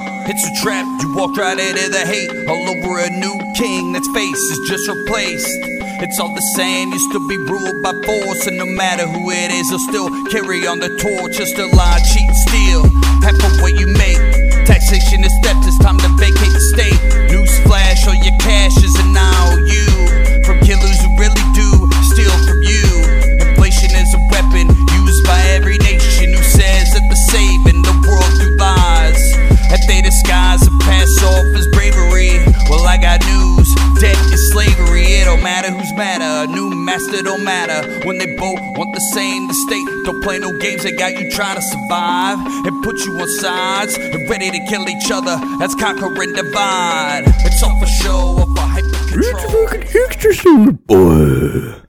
It's a trap, you walked right into the hate. All over a new king, that's face is just replaced. It's all the same, used to be ruled by force. And no matter who it is, they'll still carry on the torch. Just a lie, cheat, and steal. Half of what you make. Taxation is theft, it's time to vacate the state. Newsflash, all your cash is an IOU. From killers who really do steal from you. Inflation is a weapon used by every nation who says that they're saving the world through lies. That they disguise and pass off as bravery. Well, I got news debt is slavery. It don't matter who's matter. A new master don't matter. When they both want the same, the state don't play no games. They got you trying to survive and put you on sides and ready to kill each other. That's conquer and divide. It's all for show, all for hyper control.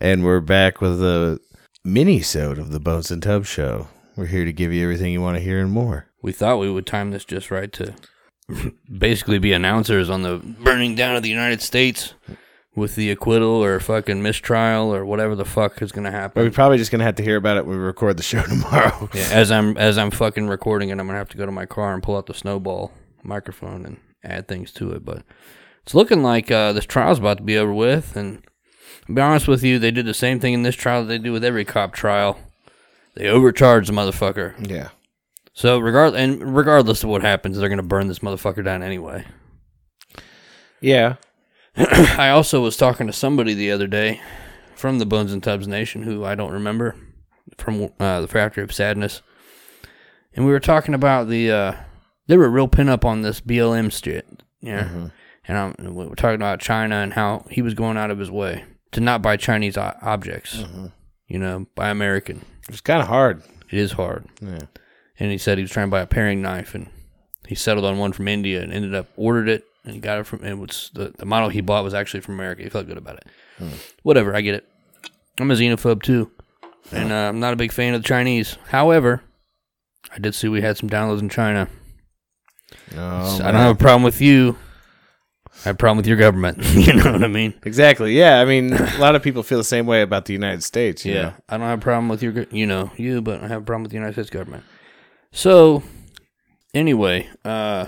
And we're back with a mini-sode of the Bones and Tub Show. We're here to give you everything you want to hear and more. We thought we would time this just right to basically be announcers on the burning down of the United States with the acquittal or fucking mistrial or whatever the fuck is gonna But happen. we're probably just going to have to hear about it when we record the show tomorrow. Yeah, as I'm as I'm fucking recording it, I'm gonna have to go to my car and pull out the snowball microphone and add things to it. But it's looking like uh, this trial's about to be over with. And to be honest with you, they did the same thing in this trial that they do with every cop trial. They overcharge the motherfucker. yeah. So regard and regardless of what happens, they're gonna burn this motherfucker down anyway. Yeah. I also was talking to somebody the other day from the Bones and Tubs Nation who I don't remember from uh, the Factory of Sadness, and we were talking about the uh, they were real pin up on this BLM shit, yeah. And I'm, and we were talking about China and how he was going out of his way to not buy Chinese o- objects, you know, buy American. It's kind of hard. It is hard. Yeah. And he said he was trying to buy a paring knife, and he settled on one from India, and ended up ordered it and got it from. And was the the model he bought was actually from America. He felt good about it. Hmm. Whatever, I get it. I'm a xenophobe too, and uh, I'm not a big fan of the Chinese. However, I did see we had some downloads in China. Oh, So I don't have a problem with you. I have a problem with your government. you know what I mean? Exactly. Yeah. I mean, a lot of people feel the same way about the United States. you know? I don't have a problem with your, go- you know, you, but I have a problem with the United States government. So, anyway, uh,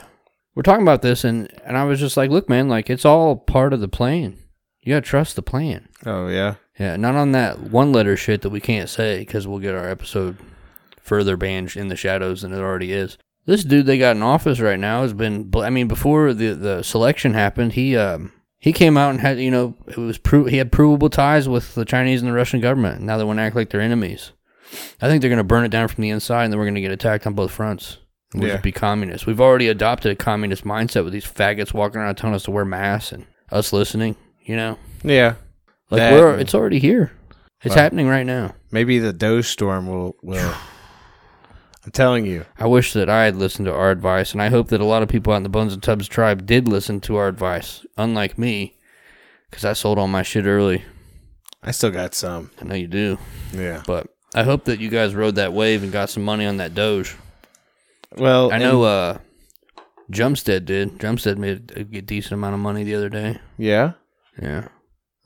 we're talking about this, and and I was just like, look, man, like it's all part of the plan. You gotta trust the plan. Oh, yeah. Yeah, not on that one letter shit that we can't say because we'll get our episode further banned in the shadows than it already is. This dude they got in office right now has been. bl- I mean, before the the selection happened, he um he came out and had you know it was pro- he had provable ties with the Chinese and the Russian government. Now they want to act like they're enemies. I think they're going to burn it down from the inside, and then we're going to get attacked on both fronts. We'll Yeah. just be communists. We've already adopted a communist mindset with these faggots walking around telling us to wear masks and us listening. You know, Yeah. like That- we're it's already here. It's Wow. happening right now. Maybe the Doge storm will. will I'm telling you. I wish that I had listened to our advice, and I hope that a lot of people out in the Bones and Tubs tribe did listen to our advice, unlike me, because I sold all my shit early. I still got some. I know you do, Yeah. but I hope that you guys rode that wave and got some money on that Doge. Well, I and- know uh, Jumpstead did. Jumpstead made a good decent amount of money the other day. yeah. Yeah,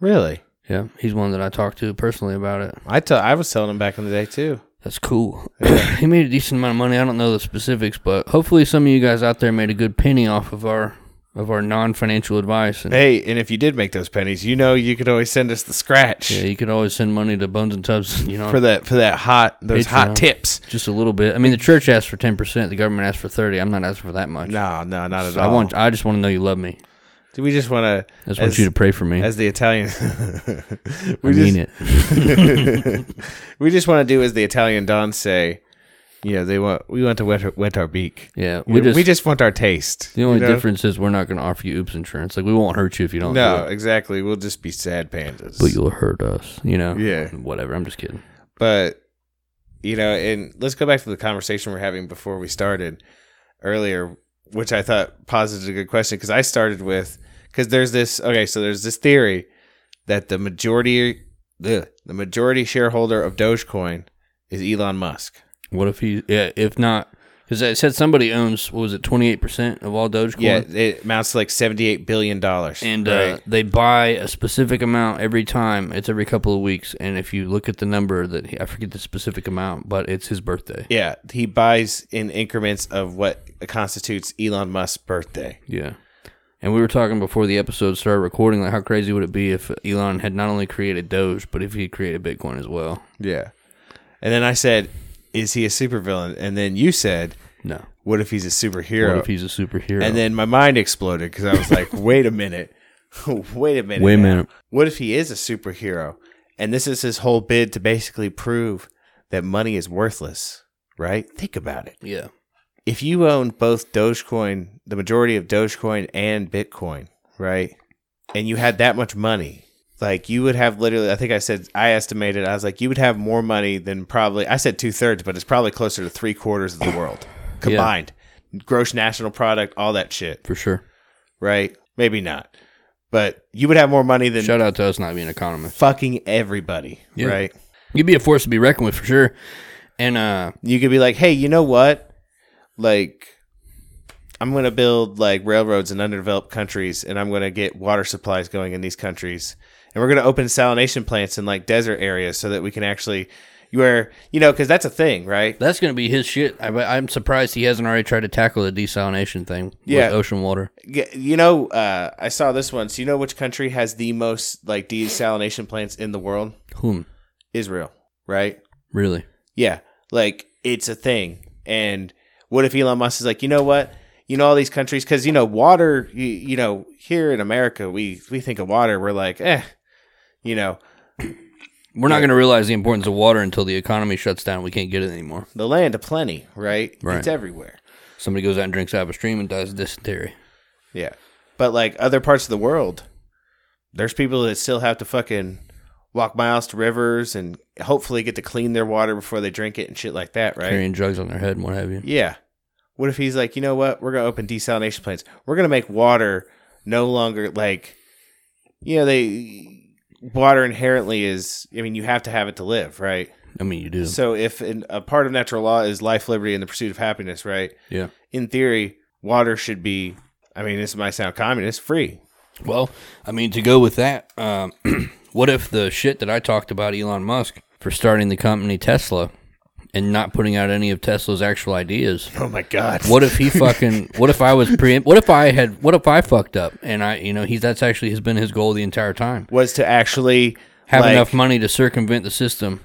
Really? yeah, he's one that I talked to personally about it. I tell. I was telling him back in the day too. That's cool. he made a decent amount of money. I don't know the specifics, but hopefully some of you guys out there made a good penny off of our of our non financial advice. And Hey, and if you did make those pennies, you know you could always send us the scratch yeah, you could always send money to Buns and Tubs, you know, for that for that hot those Patreon. hot tips. just a little bit. I mean, the church asked for ten percent, the government asked for thirty. I'm not asking for that much. No, no, not at I all. want. I just want to know you love me. Do we just want to? I just want you to pray for me. As the Italian, I we mean just it. we just want to do as the Italian dons say. You know, they want we want to wet our, wet our beak. Yeah, we we just, just- we just want our taste. The only you know? difference is we're not going to offer you oops insurance. Like we won't hurt you if you don't. No, do it, exactly. We'll just be sad pandas. but you'll hurt us. You know. Yeah. Whatever. I'm just kidding. but you know and let's go back to the conversation we are having before we started earlier which i thought posited a good question because i started with because there's this okay so there's this theory that the majority the, the majority shareholder of dogecoin is elon musk What if he? Yeah. If not, Because it said somebody owns what was it twenty eight percent of all Dogecoin. Yeah, it amounts to like seventy-eight billion dollars. and uh, they buy a specific amount every time. It's every couple of weeks, and if you look at the number that he, I forget the specific amount, but it's his birthday. yeah, he buys in increments of what constitutes Elon Musk's birthday. Yeah. And we were talking before the episode started recording, like how crazy would it be if Elon had not only created Doge, but if he had created Bitcoin as well? Yeah, and then I said, "Is he a supervillain?" And then you said, No. "What if he's a superhero?" What if he's a superhero? and then my mind exploded because I was like, "Wait a minute, wait a minute, Wait a now. minute. What if he is a superhero?" And this is his whole bid to basically prove that money is worthless. Right? Think about it. yeah, if you own both Dogecoin, the majority of Dogecoin and Bitcoin, right? And you had that much money, like you would have literally, I think I said, I estimated, I was like, you would have more money than probably, I said two thirds, but it's probably closer to three quarters of the world combined. Gross national product, all that shit, for sure. right? Maybe not. But you would have more money than Shout out to us not being economists. fucking everybody, Yeah. right? You'd be a force to be reckoned with for sure. And uh, you could be like, hey, you know what? Like, I'm gonna build like railroads in underdeveloped countries, and I'm gonna get water supplies going in these countries, and we're gonna open salination plants in like desert areas so that we can actually, where you know, because that's a thing, right? that's going to be his shit. I, I'm surprised he hasn't already tried to tackle the desalination thing Yeah. with ocean water. G- You know, uh, I saw this once. You know which country has the most like desalination plants in the world? Hmm. Israel, right? Really? Yeah, like it's a thing. And what if Elon Musk is like, you know what? You know all these countries because you know water. You, you know here in America, we we think of water. We're like, eh, you know We're not going to realize the importance of water until the economy shuts down. We can't get it anymore. the land of plenty, right? Right. It's everywhere. Somebody goes out and drinks out of a stream and dies of dysentery. Yeah, but like other parts of the world, there's people that still have to fucking walk miles to rivers and hopefully get to clean their water before they drink it and shit like that, right? carrying drugs on their head and what have you. Yeah. What if he's like, you know what? We're gonna open desalination plants. We're gonna make water no longer like, you know, they water inherently is. I mean, you have to have it to live, right? I mean, you do. So if in, a part of natural law is life, liberty, and the pursuit of happiness, right? yeah. In theory, water should be. I mean, this might sound communist, free. Well, I mean, to go with that, um, what if the shit that I talked about Elon Musk for starting the company Tesla and not putting out any of Tesla's actual ideas? Oh my god. What if he fucking? What if I was pre? What if I had? What if I fucked up? And I, you know, he's that's actually has been his goal the entire time. was to actually Have like- enough money to circumvent the system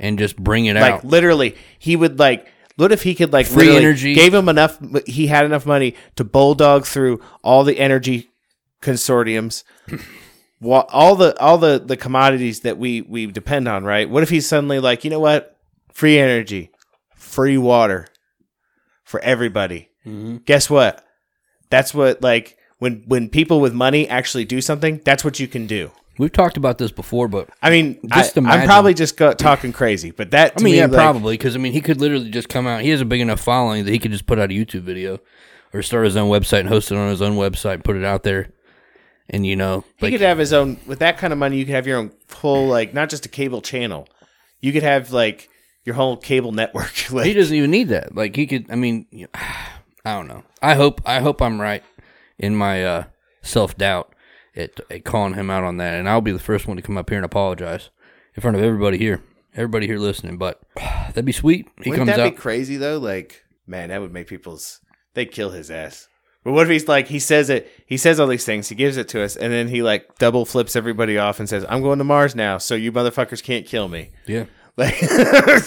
and just bring it Like out. literally, he would like. What if he could like Free literally energy. Gave him enough. He had enough money to bulldog through all the energy consortiums, wa- all the all the the commodities that we we depend on. Right? What if he's suddenly like, you know what? Free energy, free water for everybody. Mm-hmm. Guess what? That's what like when when people with money actually do something. That's what you can do. We've talked about this before, but I mean, Just I, imagine. am probably just go- talking crazy, but that I to mean, me, yeah, like, probably because I mean, he could literally just come out. He has a big enough following that he could just put out a YouTube video or start his own website and host it on his own website and put it out there. And you know, He like could have his own with that kind of money. You could have your own full like not just a cable channel. You could have like your whole cable network. like, he doesn't even need that. Like he could. I mean, you- I don't know. I hope. I hope I'm right in my uh, self doubt at, at calling him out on that, and I'll be the first one to come up here and apologize in front of everybody here, everybody here listening. But that'd be sweet. He wouldn't comes that out. be crazy though? Like man, that would make people's they would kill his ass. But what if he's like he says it? He says all these things. He gives it to us, and then he like double flips everybody off and says, "I'm going to Mars now, so you motherfuckers can't kill me." yeah. Like, I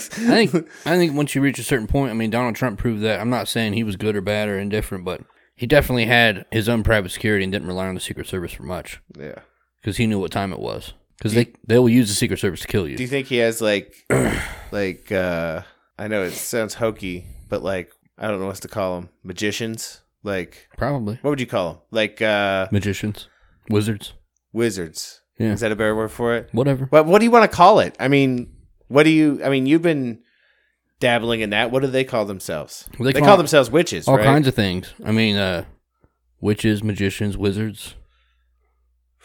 think I think once you reach a certain point, I mean Donald Trump proved that. I'm not saying he was good or bad or indifferent, but he definitely had his own private security and didn't rely on the Secret Service for much yeah. because he knew what time it was. Because they they will use the Secret Service to kill Do you you. think he has like, like uh I know it sounds hokey, but like I don't know what to call them, magicians, like. Probably what would you call them? Like uh, magicians, wizards, wizards. Yeah. Is that a better word for it? whatever. What What do you want to call it? I mean, what do you? I mean, you've been dabbling in that. What do they call themselves? Well, They, they call, call- themselves witches. All right? kinds of things. I mean, uh, witches, magicians, wizards,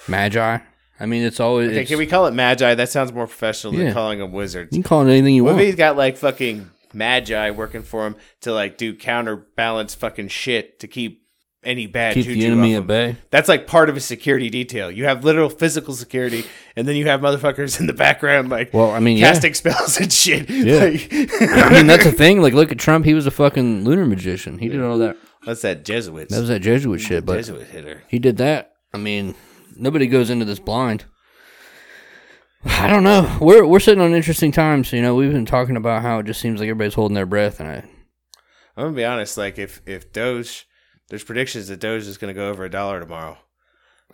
magi. I mean, it's always. Okay, it's- can we call it magi? That sounds more professional Yeah. than calling them wizards. You can call it anything you What if want. he's got like fucking magi working for him to like do counterbalance fucking shit to keep any bad Keep juju the enemy off at him. bay. That's like part of a security detail. You have literal physical security, and then you have motherfuckers in the background like Well, I mean, yeah. casting spells and shit. I mean, Like, that's the thing. Like, look at Trump. He was a fucking lunar magician. He did all that. what's that Jesuits? That was that Jesuit shit, but Jesuit hitter. he did that. I mean, nobody goes into this blind. I don't know. We're we're sitting on interesting times. You know, we've been talking about how it just seems like everybody's holding their breath, and I I'm gonna be honest. Like if if Doge, there's predictions that Doge is gonna go over a dollar tomorrow.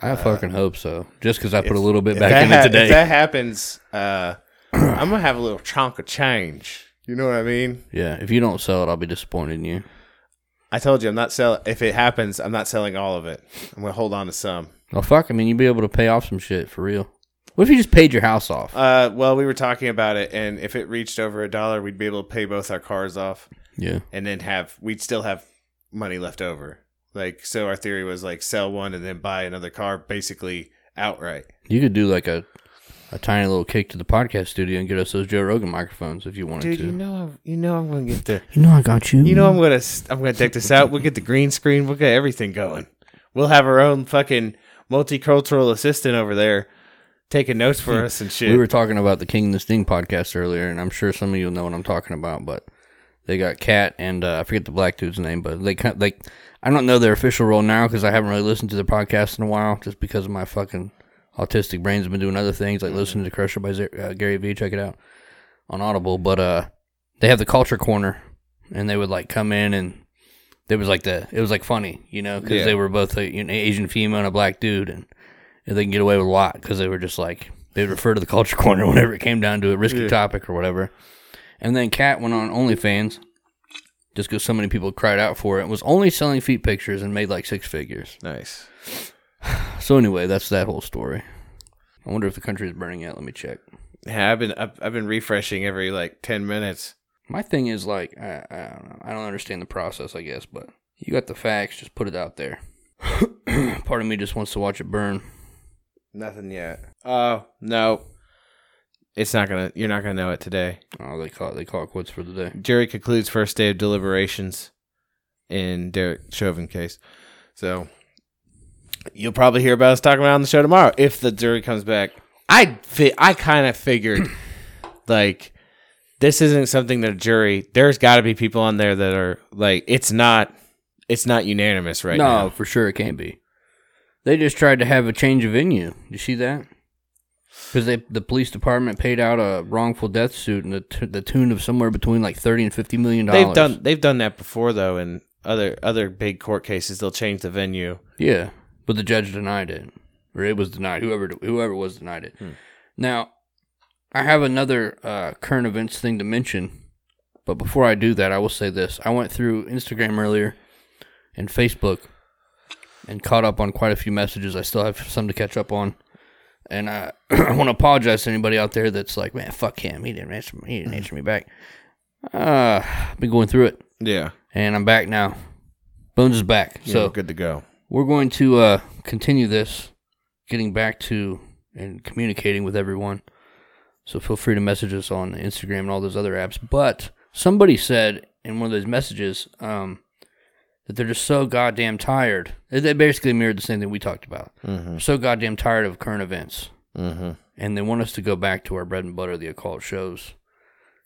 I fucking hope so. Just because I put Uh, if- a little bit If back that in it ha- today. If that happens, uh, I'm gonna have a little chunk of change. You know what I mean? yeah, if you don't sell it, I'll be disappointed in you. I told you I'm not selling. If it happens, I'm not selling all of it. I'm gonna hold on to some. Well, fuck. I mean, you'd be able to pay off some shit for real. What if you just paid your house off? Uh, well, we were talking about it, and if it reached over a dollar, we'd be able to pay both our cars off, yeah. and then have we'd still have money left over. Like so, our theory was like sell one and then buy another car, basically outright. You could do like a, a tiny little kick to the podcast studio and get us those Joe Rogan microphones if you wanted to. know, you know, I'm gonna get there. You know I got You know, I'm gonna I'm gonna deck this out. We'll get the green screen. We'll get everything going. We'll have our own fucking multicultural assistant over there taking notes for us and shit. We were talking about the King and the Sting podcast earlier, and I'm sure some of you know what I'm talking about, but they got Cat and uh, I forget the black dude's name, but they kind like I don't know their official role now because I haven't really listened to their podcast in a while, just because of my fucking autistic brain's been doing other things like listening to Crusher by Zer- uh, Gary Vee. Check it out on Audible, but uh, they have the Culture Corner, and they would like come in and. It was like the it was like funny, you know, because Yeah. they were both like, an Asian female and a black dude, and and they can get away with a lot because they were just like they would refer to the culture corner whenever it came down to a risky topic or whatever. And then Kat went on OnlyFans just because so many people cried out for it. Was only selling feet pictures and made like six figures. nice. So anyway, that's that whole story. I wonder if the country is burning out. Let me check. Yeah, I've been I've, I've been refreshing every like ten minutes. My thing is like I, I don't know. I don't understand the process. I guess, but you got the facts. Just put it out there. Part of me just wants to watch it burn. Nothing yet. Oh no, it's not gonna. You're not gonna know it today. Oh, they call it, they call it quits for the day. Jury concludes first day of deliberations in Derek Chauvin case. So you'll probably hear about us talking about it on the show tomorrow if the jury comes back. I fi- I kind of figured like this isn't something that a jury. There's got to be people on there that are like it's not it's not unanimous right no, now. for sure it can't be. They just tried to have a change of venue. You see that? Because they the police department paid out a wrongful death suit in the t- the tune of somewhere between like thirty and fifty million dollars. They've done they've done that before though in other other big court cases. They'll change the venue. yeah, but the judge denied it, or it was denied. Whoever whoever was denied it. Now, I have another uh, current events thing to mention, but before I do that, I will say this: I went through Instagram earlier and Facebook and caught up on quite a few messages. I still have some to catch up on. And I, I want to apologize to anybody out there that's like, man, fuck him. He didn't answer me. He didn't answer me back. Uh, I've been going through it, Yeah. and I'm back now. Bones is back. So so good to go. we're going to uh, continue this, getting back to and communicating with everyone. So feel free to message us on Instagram and all those other apps. But somebody said in one of those messages um, that they're just so goddamn tired. They- They basically mirrored the same thing we talked about. Mhm. So goddamn tired of current events, Mhm. and they want us to go back to our bread and butter, the occult shows,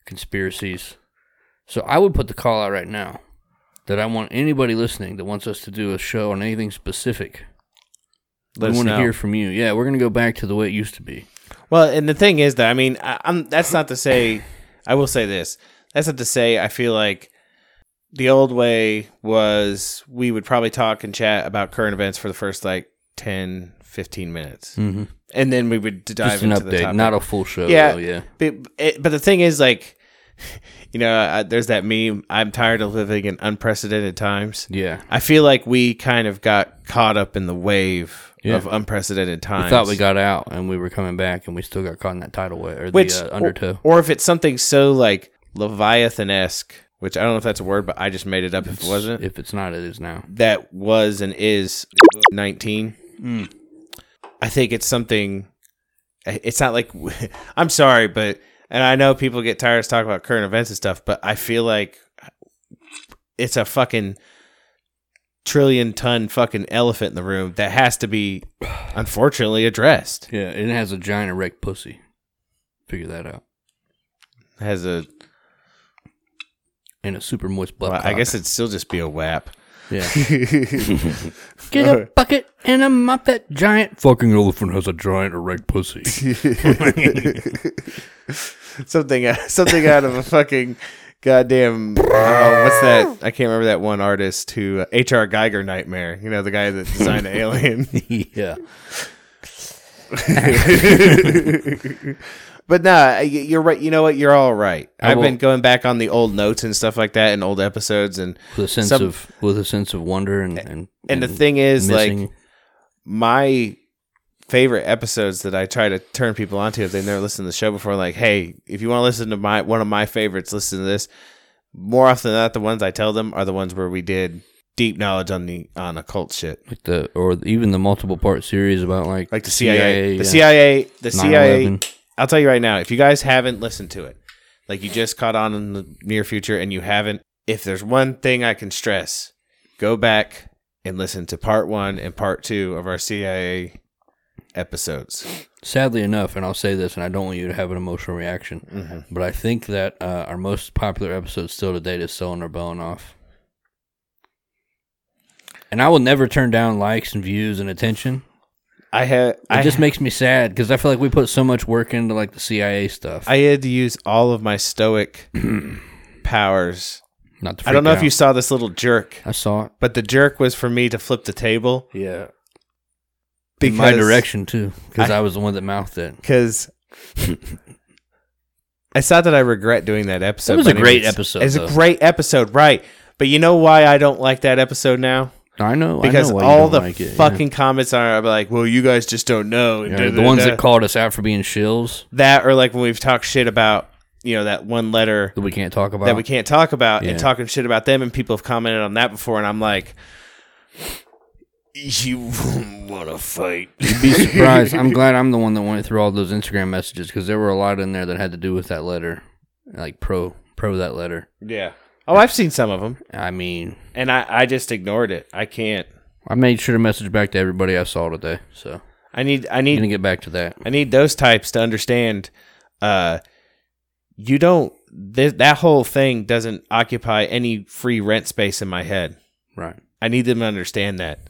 conspiracies. So I would put the call out right now that I want anybody listening that wants us to do a show on anything specific Let we us want to know. hear from you. Yeah, we're gonna go back to the way it used to be. Well, and the thing is, though, I mean, I, I'm that's not to say. I will say this. That's not to say. I feel like the old way was we would probably talk and chat about current events for the first like 10, 15 minutes, Mm-hmm. and then we would dive Just an into the update, topic. not a full show. Yeah. though, yeah. but, it, but the thing is, like, you know, I, there's that meme. I'm tired of living in unprecedented times. Yeah. I feel like we kind of got caught up in the wave Yeah. of unprecedented We times. thought we got out, and we were coming back, and we still got caught in that tidal wave or which the uh, or- undertow. Or, if it's something so like Leviathan esque, which I don't know if that's a word, but I just made it up if it wasn't. If it's not, it is now. that was and is nineteen. Mm. I think it's something. It's not like I'm sorry, but and I know people get tired of talking about current events and stuff, but I feel like it's a fucking trillion ton fucking elephant in the room that has to be unfortunately addressed. Yeah, and it has a giant erect pussy. Figure that out. Has a And a super moist butt. well, I cock. guess it'd still just be a WAP. Yeah. Get a bucket and a mop that giant. Fucking elephant has a giant erect pussy. something uh, something out of a fucking goddamn oh, what's that i can't remember that one artist who hr geiger nightmare you know the guy that designed the alien yeah. but nah y- you're right you know what you're all right I i've will- been going back on the old notes and stuff like that and old episodes and With a sense Some- of with a sense of wonder and and, and the thing is missing. like my favorite episodes that I try to turn people onto if they've never listened to the show before, like, hey, if you want to listen to my one of my favorites, listen to this. More often than not, the ones I tell them are the ones where we did deep knowledge on the on occult shit. like the or even the multiple part series about like Like the CIA. the yeah, CIA the CIA 9/11. I'll tell you right now, if you guys haven't listened to it, like you just caught on in the near future and you haven't, if there's one thing I can stress, go back and listen to part one and part two of our CIA episodes. Sadly enough, and I'll say this, and I don't want you to have an emotional reaction, Mm-hmm. but I think that uh, our most popular episode still to date is selling our bone off. And I will never turn down likes and views and attention. I had It I, just makes me sad because I feel like we put so much work into like the CIA stuff. I had to use all of my stoic powers. Not to I don't freak know if out. you saw this little jerk, I saw it. but the jerk was for me to flip the table Yeah, in my direction too, because I- I, was the one that mouthed it. because it's not that I regret doing that episode. It was by a any great means. episode, It's though. a great episode, right? But you know why I don't like that episode now? I know Because I know why you all don't the like it, yeah. fucking comments are are like, "Well, you guys just don't know." and Yeah, the da-da-da-da. ones that called us out for being shills that or like when we've talked shit about you know that one letter that we can't talk about. that we can't talk about Yeah. and talking shit about them and people have commented on that before and I'm like you want to fight be surprised. I'm glad I'm the one that went through all those Instagram messages because there were a lot in there that had to do with that letter, like pro pro that letter. yeah oh I've seen some of them I mean, and I I just ignored it I can't I made sure to message back to everybody I saw today, so I need I I'm gonna need get back to that. I need those types to understand uh you don't th- that whole thing doesn't occupy any free rent space in my head Right? I need them to understand that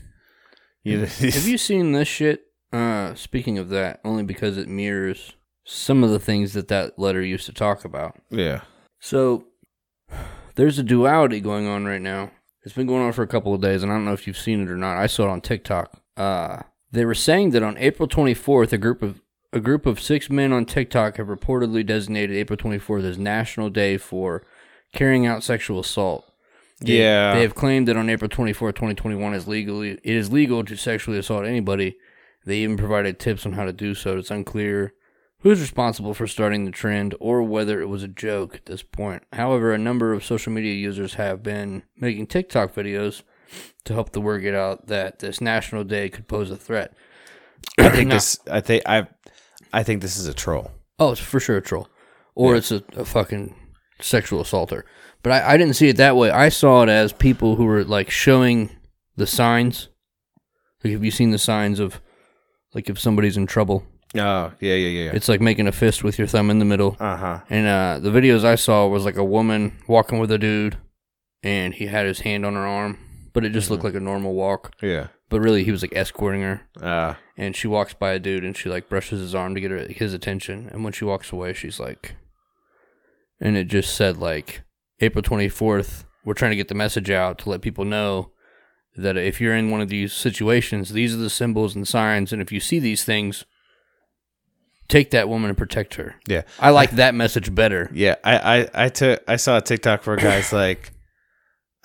you Have you seen this shit? Uh, speaking of that, only because it mirrors some of the things that that letter used to talk about. yeah So there's a duality going on right now. It's been going on for a couple of days, and I don't know if you've seen it or not. I saw it on TikTok. Uh, they were saying that on April 24th, a group of a group of six men on TikTok have reportedly designated April 24th as National Day for carrying out sexual assault. They- yeah They have claimed that on April 24th, 2021, is legally it is legal to sexually assault anybody. They even provided tips on how to do so. It's unclear who's responsible for starting the trend or whether it was a joke at this point. However, a number of social media users have been making TikTok videos to help the word get out that this national day could pose a threat. I think No. this. I think I. I think this is a troll. Oh, it's for sure a troll, or it's a, a fucking sexual assaulter. But I, I didn't see it that way. I saw it as people who were like showing the signs. Like, have you seen the signs of like if somebody's in trouble? Oh yeah yeah yeah. It's like making a fist with your thumb in the middle. Uh huh. And uh, the videos I saw was like a woman walking with a dude, and he had his hand on her arm, but it just looked like a normal walk. Yeah. But really, he was like escorting her Uh, and she walks by a dude and she like brushes his arm to get her, his attention and when she walks away she's like and it just said like april 24th we're trying to get the message out to let people know that if you're in one of these situations these are the symbols and signs and if you see these things take that woman and protect her yeah. i like that message better Yeah. I I I took. I saw a TikTok where a guys like,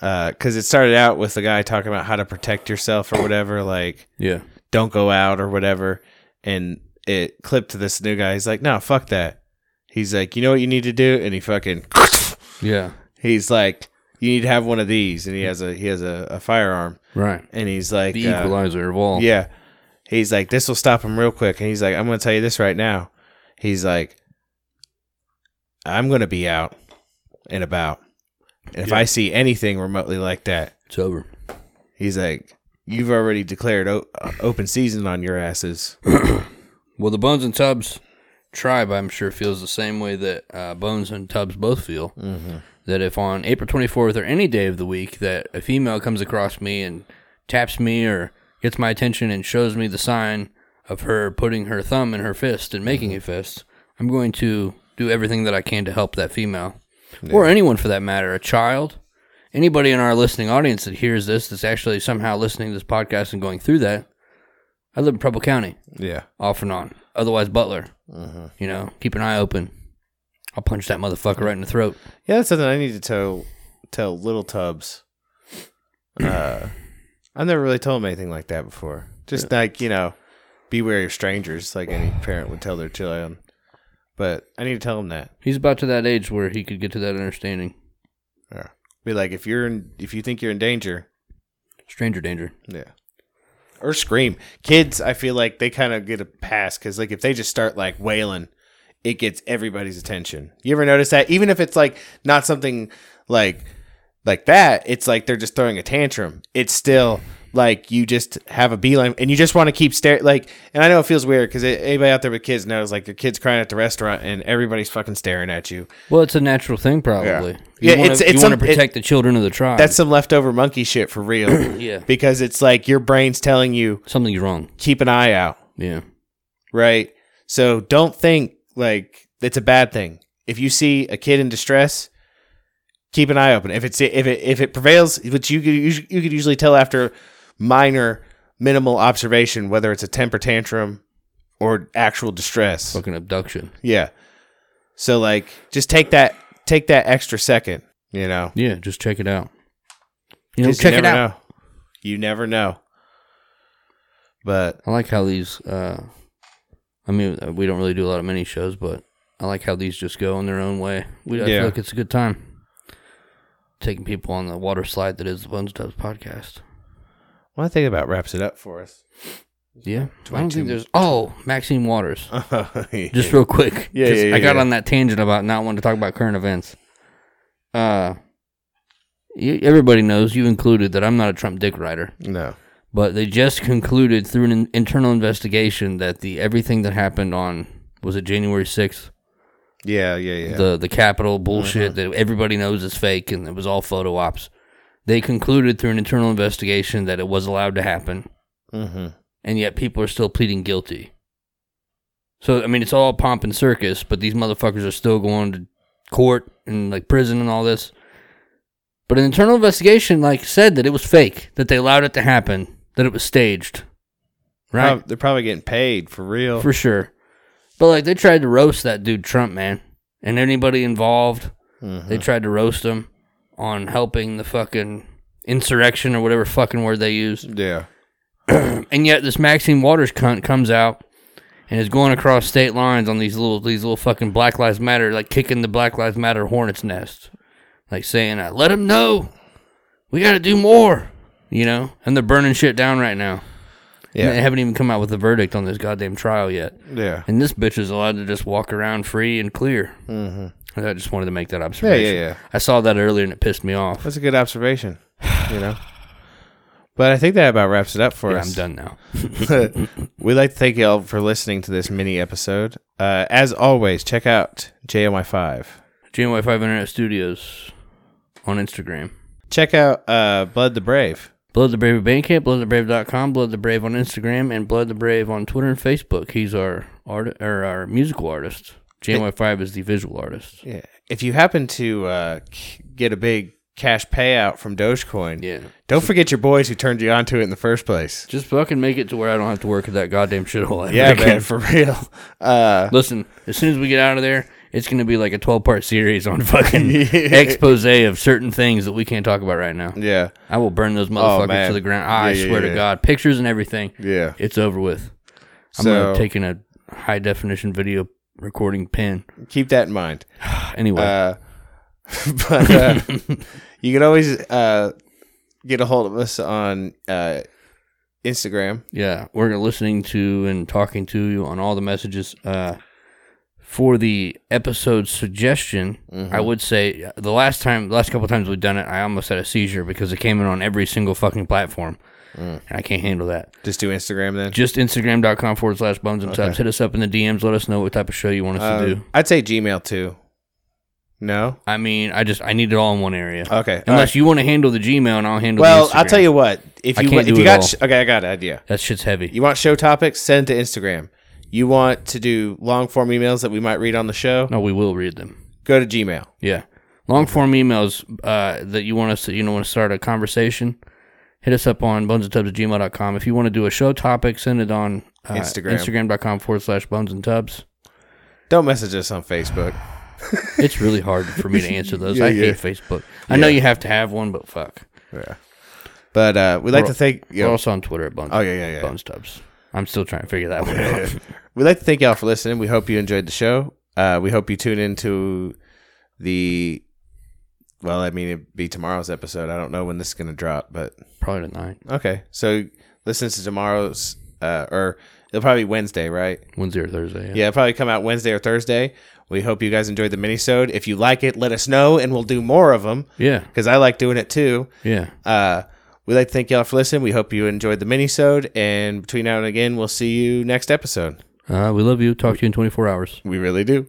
uh, because it started out with the guy talking about how to protect yourself or whatever, like yeah don't go out or whatever, and it clipped to this new guy. He's like, no, fuck that. He's like, you know what you need to do, and he fucking. yeah He's like, you need to have one of these, and he has a he has a, a firearm, right and he's like, the uh, equalizer of all Yeah. He's like, this will stop him real quick. And he's like, I'm going to tell you this right now. He's like, I'm going to be out and about. And if I see anything remotely like that, It's over. he's like, "You've already declared o- uh, open season on your asses." Well, the Bones and Tubbs tribe, I'm sure, feels the same way that uh, Bones and Tubbs both feel. Mm-hmm. That if on April 24th or any day of the week that a female comes across me and taps me or gets my attention and shows me the sign of her putting her thumb in her fist and making a fist, I'm going to do everything that I can to help that female or anyone for that matter, a child. Anybody in our listening audience that hears this that's actually somehow listening to this podcast and going through that, I live in Preble County Yeah, off and on. Otherwise, Butler. Mm-hmm. You know, keep an eye open. I'll punch that motherfucker right in the throat. yeah, that's something I need to tell tell little Tubbs. Uh, I've never really told him anything like that before. Just like you know, beware of strangers, like any parent would tell their child. But I need to tell him that. He's about to that age where he could get to that understanding. Yeah. Be like, if you're in, if you think you're in danger, Stranger danger. Yeah. Or scream. Kids, I feel like they kind of get a pass because, like, if they just start like wailing, it gets everybody's attention. You ever notice that? Even if it's like not something like like that, it's like they're just throwing a tantrum. It's still like you just have a beeline and you just want to keep staring. Like, and I know it feels weird because anybody out there with kids knows, like, your kid's crying at the restaurant and everybody's fucking staring at you. Well, it's a natural thing, probably. Yeah, You wanna, it's- it's you wanna some- it- protect the children of the tribe. That's some leftover monkey shit for real. Yeah. Because it's like your brain's telling you, something's wrong. keep an eye out. Yeah, right? So don't think like it's a bad thing. If you see a kid in distress, keep an eye open. If it's if it if it prevails, which you could us- you could usually tell after minor minimal observation whether it's a temper tantrum or actual distress. fucking abduction. Yeah. So like just take that take that extra second, you know. Yeah, just check it out. You know, 'Cause check it never out. Know. You never know. But I like how these. Uh, I mean, uh, we don't really do a lot of mini shows, but I like how these just go in their own way. We I Yeah. feel like it's a good time taking people on the water slide that is the Buns Dubs podcast. one thing about wraps it up for us. Yeah, I don't think there's. Oh, Maxine Waters. Just real quick. Yeah, 'cause yeah, I got yeah. on that tangent about not wanting to talk about current events. Uh, you, everybody knows, you included, that I'm not a Trump dick rider. no. But they just concluded through an in- internal investigation that the everything that happened on was it January sixth, Yeah, yeah, yeah. the the Capitol bullshit that everybody knows is fake and it was all photo ops. They concluded through an internal investigation that it was allowed to happen, mm-hmm. and yet people are still pleading guilty. So I mean, it's all pomp and circus, but these motherfuckers are still going to court and like prison and all this. But an internal investigation like said that it was fake, that they allowed it to happen, that it was staged. Right? Prob- they're probably getting paid for real. for sure. But like they tried to roast that dude Trump, man, and anybody involved. They tried to roast him on helping the fucking insurrection or whatever fucking word they used. yeah. And yet this Maxine Waters cunt comes out and is going across state lines on these little these little fucking Black Lives Matter, like kicking the Black Lives Matter hornet's nest, like saying, uh, "Let them know we got to do more," you know. And they're burning shit down right now. Yeah. And they haven't even come out with a verdict on this goddamn trial yet. Yeah. And this bitch is allowed to just walk around free and clear. Mm-hmm. I just wanted to make that Yeah, observation. yeah, yeah. I saw that earlier and it pissed me off. That's a good observation, you know. But I think that about wraps it up for Yeah, us. I'm done now. We'd like to thank y'all for listening to this mini episode. Uh, as always, check out JMI5. GMY5 Internet Studios on Instagram. Check out uh, Blood the Brave. Blood the Brave at Bandcamp, bloodthebrave.com, Blood the Brave on Instagram, and Blood the Brave on Twitter and Facebook. He's our art or our musical artist. GMY5 is the visual artist. Yeah. If you happen to uh, c- get a big cash payout from Dogecoin, Yeah. don't forget your boys who turned you onto it in the first place. Just fucking make it to where I don't have to work at that goddamn shithole. Yeah, man, for real. Uh, Listen, as soon as we get out of there, it's going to be like a 12 part series on fucking expose of certain things that we can't talk about right now. yeah. Oh, I will burn those motherfuckers man. to the ground. I Yeah, yeah, swear yeah. to God. Pictures and everything. Yeah. It's over with. I'm So- gonna taking a high definition video recording pen. Keep that in mind. Anyway, Uh, but uh, you can always uh, get a hold of us on uh, Instagram. yeah, we're gonna listening to and talking to you on all the messages. Uh, for the episode suggestion, I Mm-hmm. would say uh, the last time, the last couple times we've done it, I almost had a seizure because it came in on every single fucking platform. Mm. And I can't handle that. Just do Instagram then. Just Instagram.com forward slash bones and subs. Hit us up in the DMs. Let us know what type of show you want us to do. Um, I'd say Gmail too. No. I mean, I just, I need it all in one area. Okay, all Unless right. you want to handle the Gmail and I'll handle Well, the I'll Instagram. tell you what. If I you can't want- if do you it got all. sh- okay, I got an idea. That shit's heavy. You want show topics? Send to Instagram. You want to do long form emails that we might read on the show? no, we will read them. Go to Gmail. Yeah. Long form emails uh, that you want us to, you know, want to start a conversation, hit us up on bonesandtubs at gmail.com. If you want to do a show topic, send it on uh, Instagram. Instagram.com forward slash bones and tubs. Don't message us on Facebook. It's really hard for me to answer those. Yeah, I yeah. hate Facebook. I know you have to have one, but fuck. But uh, we'd like to thank We're you. also on Twitter at bones, Oh, yeah, yeah, yeah. bones tubs. I'm still trying to figure that one out. We'd like to thank y'all for listening. We hope you enjoyed the show. Uh, we hope you tune into the. Well, I mean, it'd be tomorrow's episode. I don't know when this is going to drop, but Probably tonight, okay. So listen to tomorrow's, uh, or it'll probably be Wednesday, right? Wednesday or Thursday. Yeah, it'll probably come out Wednesday or Thursday. We hope you guys enjoyed the minisode. If you like it, let us know, and we'll do more of them Yeah. because I like doing it too. Yeah. Uh, we'd like to thank y'all for listening. We hope you enjoyed the minisode, and between now and again, we'll see you next episode. Uh, we love you. Talk to you in 24 hours. We really do.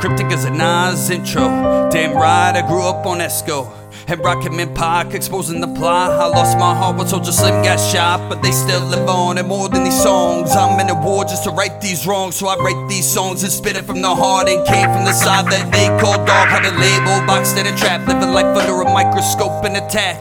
Cryptic as a Nas intro. Damn right, I grew up on Esco. And Rocketman Park exposing the plot. I lost my heart when Soldier Slim got shot, but they still live on. And more than these songs, I'm in a war just to right these wrongs. So I write these songs and spit it from the heart and came from the side that they call dog. Had a label box that a trap, living life under a microscope and attack.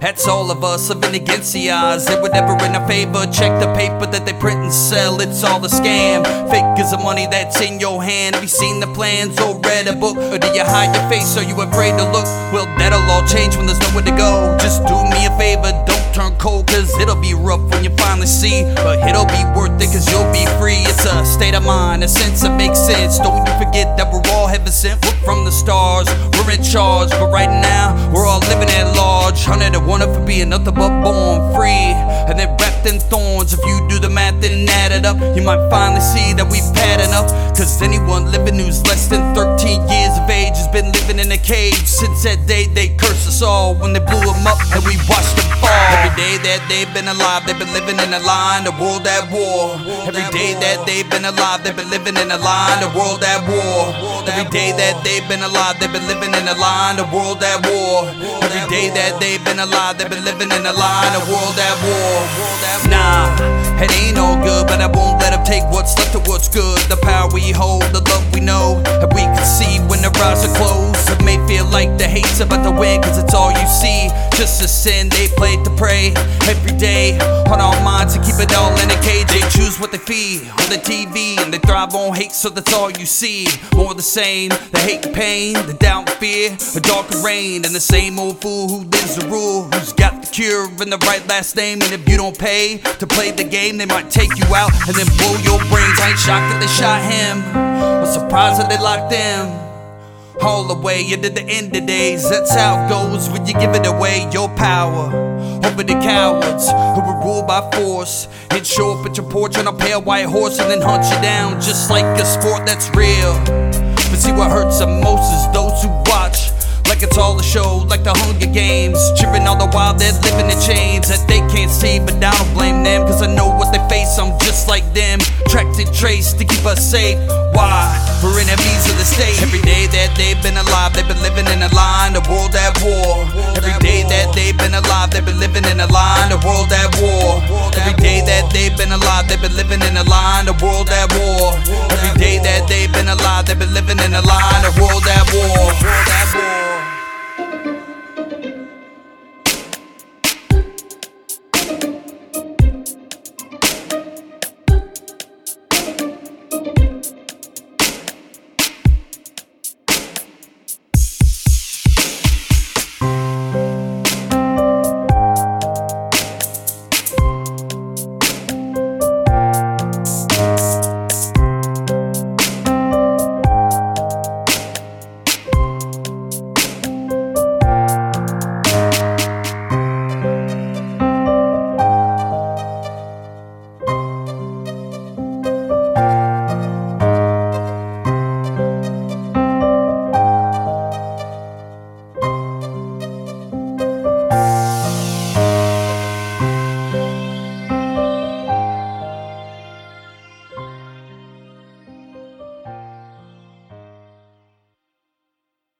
That's all of us living against the odds. They were never in our favor. Check the paper that they print and sell. It's all a scam. Fake is the money that's in your hand. Have you seen the plans or read a book? Or do you hide your face? Are you afraid to look? Well, that'll all change when there's nowhere to go. Just do me a favor. Don't turn cold, cause it'll be rough when you finally see. But it'll be worth it, cause you'll be free. It's a state of mind, a sense that makes sense. Don't you forget that we're all heaven sent. Look from the stars, we're in charge. But right now, we're all living at large. Hundred and one up for being nothing but born free. And then wrapped in thorns. If you do the math and add it up, you might finally see that we've had enough. Cause anyone living who's less than 13 years of age has been living in a cage since that day they cursed us all when they blew them up and we watched them fall. Every day that they've been alive, they've been living in a line, a world at war. Every day that they've been alive, they've been living in a line, a world at war. Every day that they've been alive, they've been living in a line, a world at war. Every day that they've been alive, they've been living in a line, a world at war. Nah, it ain't all good, but I won't let them take what's left of what's good. The power we hold, the love we know, and we can see when their eyes are closed. It may feel like the hate's about to win, cause it's all you see. Just a sin they play to pray every day on our minds to keep it all in a cage. They choose what they feed on the TV, and they thrive on hate, so that's all you see. More the same, the hate and pain, the doubt and fear, the dark and rain, and the same old fool who lives the rule, who's got the cure and the right last name. And if you don't pay to play the game, they might take you out and then blow your brains. I ain't shocked that they shot him, or surprised that they locked them. All the way into the end of days. That's how it goes when you give it away. Your power over the cowards who were ruled by force. And show up at your porch on a pale white horse and then hunt you down just like a sport that's real. But see what hurts the most is those who watch. Like it's all a show, like the Hunger Games. Cheering all the while they're living in chains that they can't see, but I don't blame them. Cause I know what they face, I'm just like them. Tracked and traced to keep us safe. Why? For enemies of the state. Every day that they've been alive, they've been living in a line, a world at war. Every day that they've been alive, they've been living in a line, a world at war. Every day that they've been alive, they've been living in a line, a world at war. Every day that they've been alive, they've been living in a line, a world at war. World at war.